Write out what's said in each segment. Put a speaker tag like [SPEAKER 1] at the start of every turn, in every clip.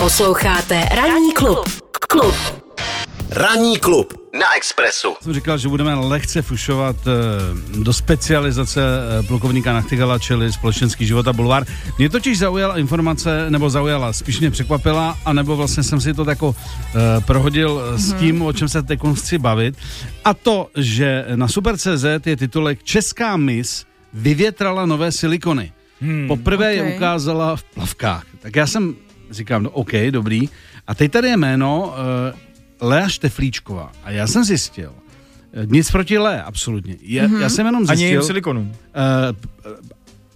[SPEAKER 1] Posloucháte Ranní klub. Klub.
[SPEAKER 2] Ranní klub na Expressu.
[SPEAKER 3] jsem říkal, že budeme lehce fušovat eh, do specializace eh, plukovníka Nachtigala, čili společenský život a bulvár. Mě totiž zaujala informace, nebo zaujala, spíš mě překvapila, anebo vlastně jsem si to tako eh, prohodil mm-hmm. s tím, o čem se teď chci bavit. A to, že na Super.cz je titulek Česká mis vyvětrala nové silikony. Hmm, Poprvé okay. je
[SPEAKER 4] ok.
[SPEAKER 3] ukázala v plavkách. Tak já jsem říkám, no OK, dobrý. A teď tady je jméno uh, Lea Šteflíčková. A já jsem zjistil, eh, nic proti Lé, absolutně. Je, mm-hmm. Já jsem jenom
[SPEAKER 4] Mhm. Ani
[SPEAKER 3] zjistil...
[SPEAKER 4] jim silikonům.
[SPEAKER 3] eh,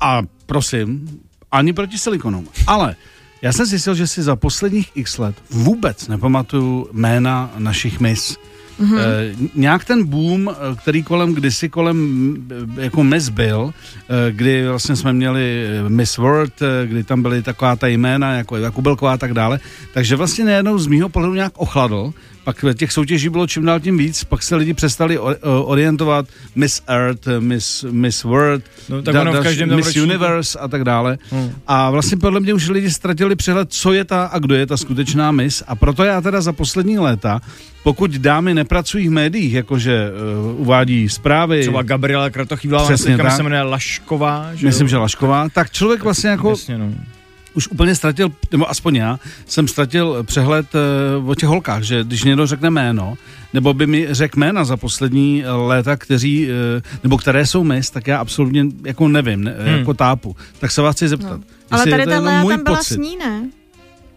[SPEAKER 3] a prosím, ani proti silikonům. Ale já jsem zjistil, že si za posledních x let vůbec nepamatuju jména našich mis. Mm-hmm. E, nějak ten boom, eh, který kolem kdysi kolem eh, jako mis byl, eh, kdy vlastně jsme měli eh, Miss World, eh, kdy tam byly taková ta jména, jako Jakubelková a tak dále, takže vlastně najednou z mýho pohledu nějak ochladl, pak eh, těch soutěží bylo čím dál tím víc, pak se lidi přestali o, eh, orientovat Miss Earth, eh, Miss, Miss World,
[SPEAKER 4] No, tak ono v
[SPEAKER 3] další-
[SPEAKER 4] každém tom
[SPEAKER 3] Miss
[SPEAKER 4] ročníku-
[SPEAKER 3] Universe a tak dále.
[SPEAKER 4] Hmm.
[SPEAKER 3] A vlastně podle mě už lidi ztratili přehled, co je ta a kdo je ta skutečná mis. A proto já teda za poslední léta, pokud dámy nepracují v médiích, jakože uh, uvádí zprávy,
[SPEAKER 4] Třeba Gabriela Kratochvílová,
[SPEAKER 3] Přesně
[SPEAKER 4] teďka
[SPEAKER 3] tak.
[SPEAKER 4] se jmenuje Lašková. Že
[SPEAKER 3] myslím,
[SPEAKER 4] jo?
[SPEAKER 3] že Lašková, tak člověk vlastně jako
[SPEAKER 4] Jasně, no.
[SPEAKER 3] už úplně ztratil, nebo aspoň já, jsem ztratil přehled uh, o těch holkách, že když někdo řekne jméno, nebo by mi řekl jména za poslední eh, léta, kteří, eh, nebo které jsou mis, tak já absolutně jako nevím, ne,
[SPEAKER 4] Hmm.
[SPEAKER 3] jako tápu. Tak se vás chci zeptat.
[SPEAKER 5] No. Ale
[SPEAKER 3] jestli je
[SPEAKER 5] tady
[SPEAKER 3] to
[SPEAKER 5] ta
[SPEAKER 3] jenom
[SPEAKER 5] Lea
[SPEAKER 3] můj
[SPEAKER 5] tam byla
[SPEAKER 3] pocit.
[SPEAKER 5] s ní, ne?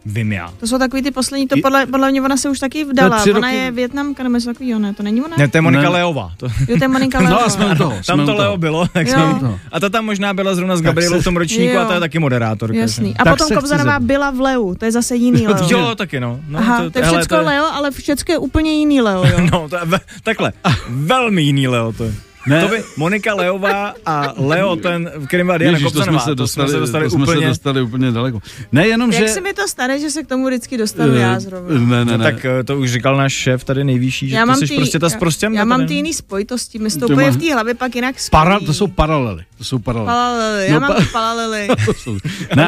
[SPEAKER 4] Vím já.
[SPEAKER 5] To jsou takový ty poslední, to
[SPEAKER 3] Je-
[SPEAKER 5] podle, podle mě ona se už taky vdala.
[SPEAKER 3] tři
[SPEAKER 5] Ona
[SPEAKER 3] roky-
[SPEAKER 5] je větnamka nebo něco takového, ne? To není ona?
[SPEAKER 4] Ne, to je Monika
[SPEAKER 3] Ne.
[SPEAKER 4] Leová. To,
[SPEAKER 5] Jo, to je Monika
[SPEAKER 3] No
[SPEAKER 5] Leová.
[SPEAKER 3] a jsme u toho. jsme
[SPEAKER 4] tam to
[SPEAKER 3] u toho. No.
[SPEAKER 4] Leo bylo, tak
[SPEAKER 5] Jo.
[SPEAKER 4] jsme
[SPEAKER 3] u toho.
[SPEAKER 4] A ta tam možná byla zrovna s Gabrielou v tom ročníku
[SPEAKER 5] Jo.
[SPEAKER 4] a ta je taky moderátorka. že?
[SPEAKER 5] Jasný. A
[SPEAKER 3] Tak se
[SPEAKER 5] potom
[SPEAKER 3] chci
[SPEAKER 5] Kobzarová
[SPEAKER 3] zeptat.
[SPEAKER 5] byla v Leu, to je zase jiný
[SPEAKER 4] No,
[SPEAKER 5] Leo.
[SPEAKER 4] to dělalo taky, no. no
[SPEAKER 5] Aha, to je
[SPEAKER 4] hele,
[SPEAKER 5] všecko Leo, ale všecko je úplně jiný Leo, jo.
[SPEAKER 4] No, to je, ve- takhle, velmi jiný Leo to je.
[SPEAKER 3] Ah. Ne.
[SPEAKER 4] To by Monika Leová a Leo ten, v kterým byla Diana
[SPEAKER 3] Ježiš, to jsme
[SPEAKER 4] Kopsanová,
[SPEAKER 3] se dostali,
[SPEAKER 4] jako to jsme se dostali
[SPEAKER 3] to jsme
[SPEAKER 4] úplně.
[SPEAKER 3] se dostali úplně daleko. Ne, jenom,
[SPEAKER 5] Jak
[SPEAKER 3] že... eh,
[SPEAKER 5] se mi to stane, že se k tomu vždycky dostanu já zrovna?
[SPEAKER 3] Ne,
[SPEAKER 4] No,
[SPEAKER 3] ne, ne.
[SPEAKER 4] tak eh, to už říkal náš šéf tady nejvyšší, že
[SPEAKER 5] Já
[SPEAKER 4] ty
[SPEAKER 5] mám
[SPEAKER 4] jsi
[SPEAKER 5] ty,
[SPEAKER 4] prostě ta s prostě
[SPEAKER 5] já, já mám ty jiný spojitosti, mi
[SPEAKER 3] To má-
[SPEAKER 5] stoupuje v té hlavě pak jinak
[SPEAKER 3] Para,
[SPEAKER 5] skvělý.
[SPEAKER 3] to jsou paralely. To jsou paralely.
[SPEAKER 5] Palalely, já
[SPEAKER 3] No,
[SPEAKER 5] mám
[SPEAKER 3] pa-
[SPEAKER 5] ty palalely.
[SPEAKER 3] To jsou- ne,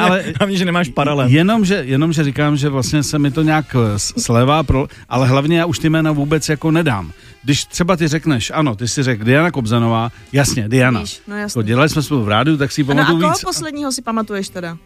[SPEAKER 3] ale
[SPEAKER 4] Hlavně, že nemáš paralel.
[SPEAKER 3] jenom že, jenom, že říkám, že vlastně se mi to nějak eh, s- slevá, pro, ale hlavně já už ty jména vůbec jako nedám. Když třeba ty řekneš, ano, ty si řekl Diana Kobzanová, jasně, Diana.
[SPEAKER 5] Víš, no jasně.
[SPEAKER 3] To dělali jsme spolu v rádiu, tak si ji
[SPEAKER 5] No a
[SPEAKER 3] pamatuju
[SPEAKER 5] koho
[SPEAKER 3] víc.
[SPEAKER 5] posledního si pamatuješ teda?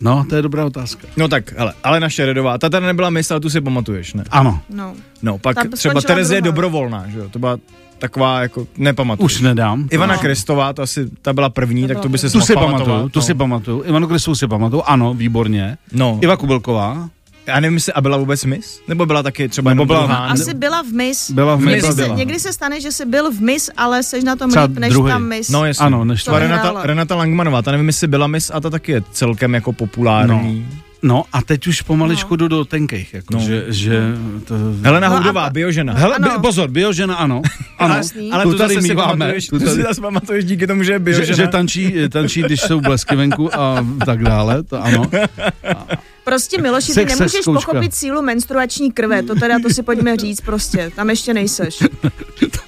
[SPEAKER 3] No, to je dobrá otázka.
[SPEAKER 4] No tak, hele, Alena Šeredová, ta tady nebyla mys, ale tu si pamatuješ, ne?
[SPEAKER 3] Ano,
[SPEAKER 5] No.
[SPEAKER 4] No, pak
[SPEAKER 5] Ta
[SPEAKER 4] třeba
[SPEAKER 5] skončila
[SPEAKER 4] Terezie
[SPEAKER 5] druhá.
[SPEAKER 4] Dobrovolná, že jo, to byla taková, jako, nepamatuju.
[SPEAKER 3] už nedám.
[SPEAKER 4] Ivana
[SPEAKER 5] No.
[SPEAKER 4] Krestová, to asi, ta byla první,
[SPEAKER 5] To
[SPEAKER 4] tak
[SPEAKER 5] byla
[SPEAKER 4] to by se
[SPEAKER 5] první.
[SPEAKER 3] Tu si
[SPEAKER 4] pamatoval,
[SPEAKER 3] pamatuju, tu
[SPEAKER 4] no.
[SPEAKER 3] si pamatuju. Ivanu Kresovou si pamatuju, ano, výborně.
[SPEAKER 4] No,
[SPEAKER 3] Iva Kubelková
[SPEAKER 4] já nevím, jestli, a byla vůbec mis? Nebo byla taky třeba
[SPEAKER 3] Nebo
[SPEAKER 4] jenom
[SPEAKER 3] byla-
[SPEAKER 4] druhá,
[SPEAKER 5] Asi byla v Miss.
[SPEAKER 3] byla v
[SPEAKER 4] Miss
[SPEAKER 3] Miss
[SPEAKER 5] Někdy se,
[SPEAKER 3] byla.
[SPEAKER 5] někdy se stane, že jsi byl v mis, ale jsi na tom
[SPEAKER 3] Třeba
[SPEAKER 5] líp než
[SPEAKER 3] druhý.
[SPEAKER 5] ta mis.
[SPEAKER 4] No jasně.
[SPEAKER 3] Ano, než
[SPEAKER 5] To
[SPEAKER 4] Třeba
[SPEAKER 5] vyhrála.
[SPEAKER 4] Renata, Renata Langmanová, ta nevím, jestli byla mis a ta taky je celkem jako populární. No.
[SPEAKER 3] No a teď už pomaličku
[SPEAKER 5] No.
[SPEAKER 3] jdu do tenkých, jako,
[SPEAKER 4] No.
[SPEAKER 3] no. že, že to...
[SPEAKER 4] Helena
[SPEAKER 5] No
[SPEAKER 4] no
[SPEAKER 5] a
[SPEAKER 4] Houdová,
[SPEAKER 5] ta-
[SPEAKER 4] biožena.
[SPEAKER 3] Hele,
[SPEAKER 5] Ano.
[SPEAKER 3] by, pozor, biožena ano, ano,
[SPEAKER 5] Jasný.
[SPEAKER 4] Ale
[SPEAKER 3] tu
[SPEAKER 4] to
[SPEAKER 3] tady
[SPEAKER 4] zase si
[SPEAKER 3] míváme,
[SPEAKER 4] pamatuješ,
[SPEAKER 3] tu
[SPEAKER 4] tu
[SPEAKER 3] tady-
[SPEAKER 4] si zase pamatuješ díky tomu, že je biožena.
[SPEAKER 3] že, že tančí, tančí, když jsou blesky venku a tak dále, to ano.
[SPEAKER 5] Prostě Miloši, ty
[SPEAKER 3] Sex se
[SPEAKER 5] nemůžeš
[SPEAKER 3] zkouška.
[SPEAKER 5] pochopit sílu menstruační krve, to teda to si pojďme říct prostě, tam ještě nejseš.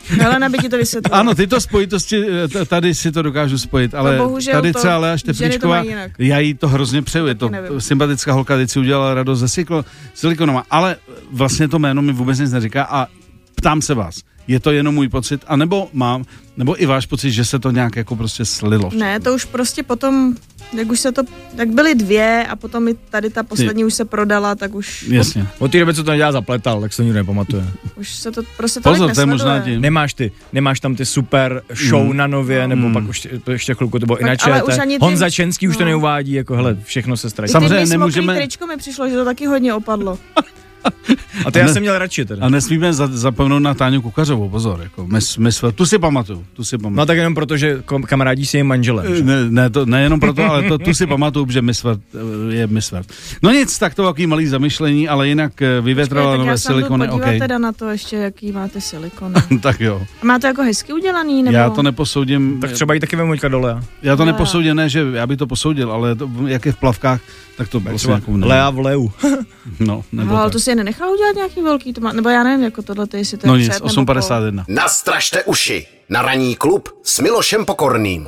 [SPEAKER 5] Helena by ti to vysvětlila.
[SPEAKER 3] Ano, tyto spojitosti, eh, t- tady si to dokážu spojit, ale
[SPEAKER 5] bohužel
[SPEAKER 3] tady
[SPEAKER 5] to-
[SPEAKER 3] třeba Lea
[SPEAKER 5] ženy to
[SPEAKER 3] Šteplíčková,
[SPEAKER 5] mají jinak.
[SPEAKER 3] já jí to hrozně přeju, je to
[SPEAKER 5] nevím.
[SPEAKER 3] sympatická holka, teď si udělala radost ze siklo, silikonoma, ale vlastně to jméno mi vůbec nic neříká a ptám se vás, je to jenom můj pocit, anebo mám, nebo i váš pocit, že se to nějak jako prostě slilo. všechno?
[SPEAKER 5] Ne, to už prostě potom, jak už se to, tak byly dvě a potom i tady ta poslední už se prodala, tak už,
[SPEAKER 3] Jasně.
[SPEAKER 4] Od té doby, co to nedělá zapletal, tak se nikdo nepamatuje.
[SPEAKER 5] už se to prostě tolik
[SPEAKER 3] Pozor, to je
[SPEAKER 5] nesleduje.
[SPEAKER 3] možná tím.
[SPEAKER 4] Nemáš ty, nemáš tam ty super show
[SPEAKER 3] Hmm.
[SPEAKER 4] mm. na nově, nebo mm. pak už tě- to ještě chvilku to bylo i na
[SPEAKER 5] Tak ale
[SPEAKER 4] ČT.
[SPEAKER 5] už ani ty-
[SPEAKER 4] Honza Čenský už to
[SPEAKER 5] No.
[SPEAKER 4] neuvádí, jako hele, všechno se
[SPEAKER 5] I
[SPEAKER 4] ztratí.
[SPEAKER 3] Sam-
[SPEAKER 4] Sam...
[SPEAKER 3] Samozřejmě
[SPEAKER 5] ty nemůžeme...
[SPEAKER 3] nemůžeme-
[SPEAKER 5] tričko mi přišlo, že to taky hodně opadlo.
[SPEAKER 4] A to já
[SPEAKER 3] Ne.
[SPEAKER 4] jsem měl radši teda.
[SPEAKER 3] A nesmíme za, zapomenout na Táňu Kukařovou, pozor, jako mes, mes, tu si pamatuju, tu si
[SPEAKER 4] No
[SPEAKER 3] pamatuju.
[SPEAKER 4] tak jenom proto, že kom- kamarádí si jejím manželem. že?
[SPEAKER 3] Eh, Ne, ne, to, nejenom proto, ale to, tu si pamatuju, že Misvert je Misvert. No nic, tak to takový malý zamyšlení, ale jinak eh, vyvětrala
[SPEAKER 5] tak já
[SPEAKER 3] nové
[SPEAKER 5] se jdu
[SPEAKER 3] silikony,
[SPEAKER 5] podívat
[SPEAKER 3] OK.
[SPEAKER 5] teda na to ještě, jaký máte silikon.
[SPEAKER 3] tak jo,
[SPEAKER 5] Má to jako hezky udělaný, nebo?
[SPEAKER 3] já to neposoudím, eh,
[SPEAKER 4] Tak třeba jí taky vemuňka dole.
[SPEAKER 3] já to
[SPEAKER 5] Lea.
[SPEAKER 3] neposoudím, ne, že já bych to posoudil, ale to, jak je v plavkách, tak to
[SPEAKER 4] Tak
[SPEAKER 3] prostě
[SPEAKER 4] třeba
[SPEAKER 3] jako ne-
[SPEAKER 4] Lea v Leu.
[SPEAKER 3] No, nebo
[SPEAKER 5] No, ale
[SPEAKER 3] tak.
[SPEAKER 5] to si je nenechal udělat nějaký velký, to má, nebo já nevím, jako tohle, to jestli to je
[SPEAKER 3] No
[SPEAKER 5] před
[SPEAKER 3] nic,
[SPEAKER 5] nebo po.
[SPEAKER 3] 8.51.
[SPEAKER 2] Nastražte uši na ranní klub s Milošem Pokorným.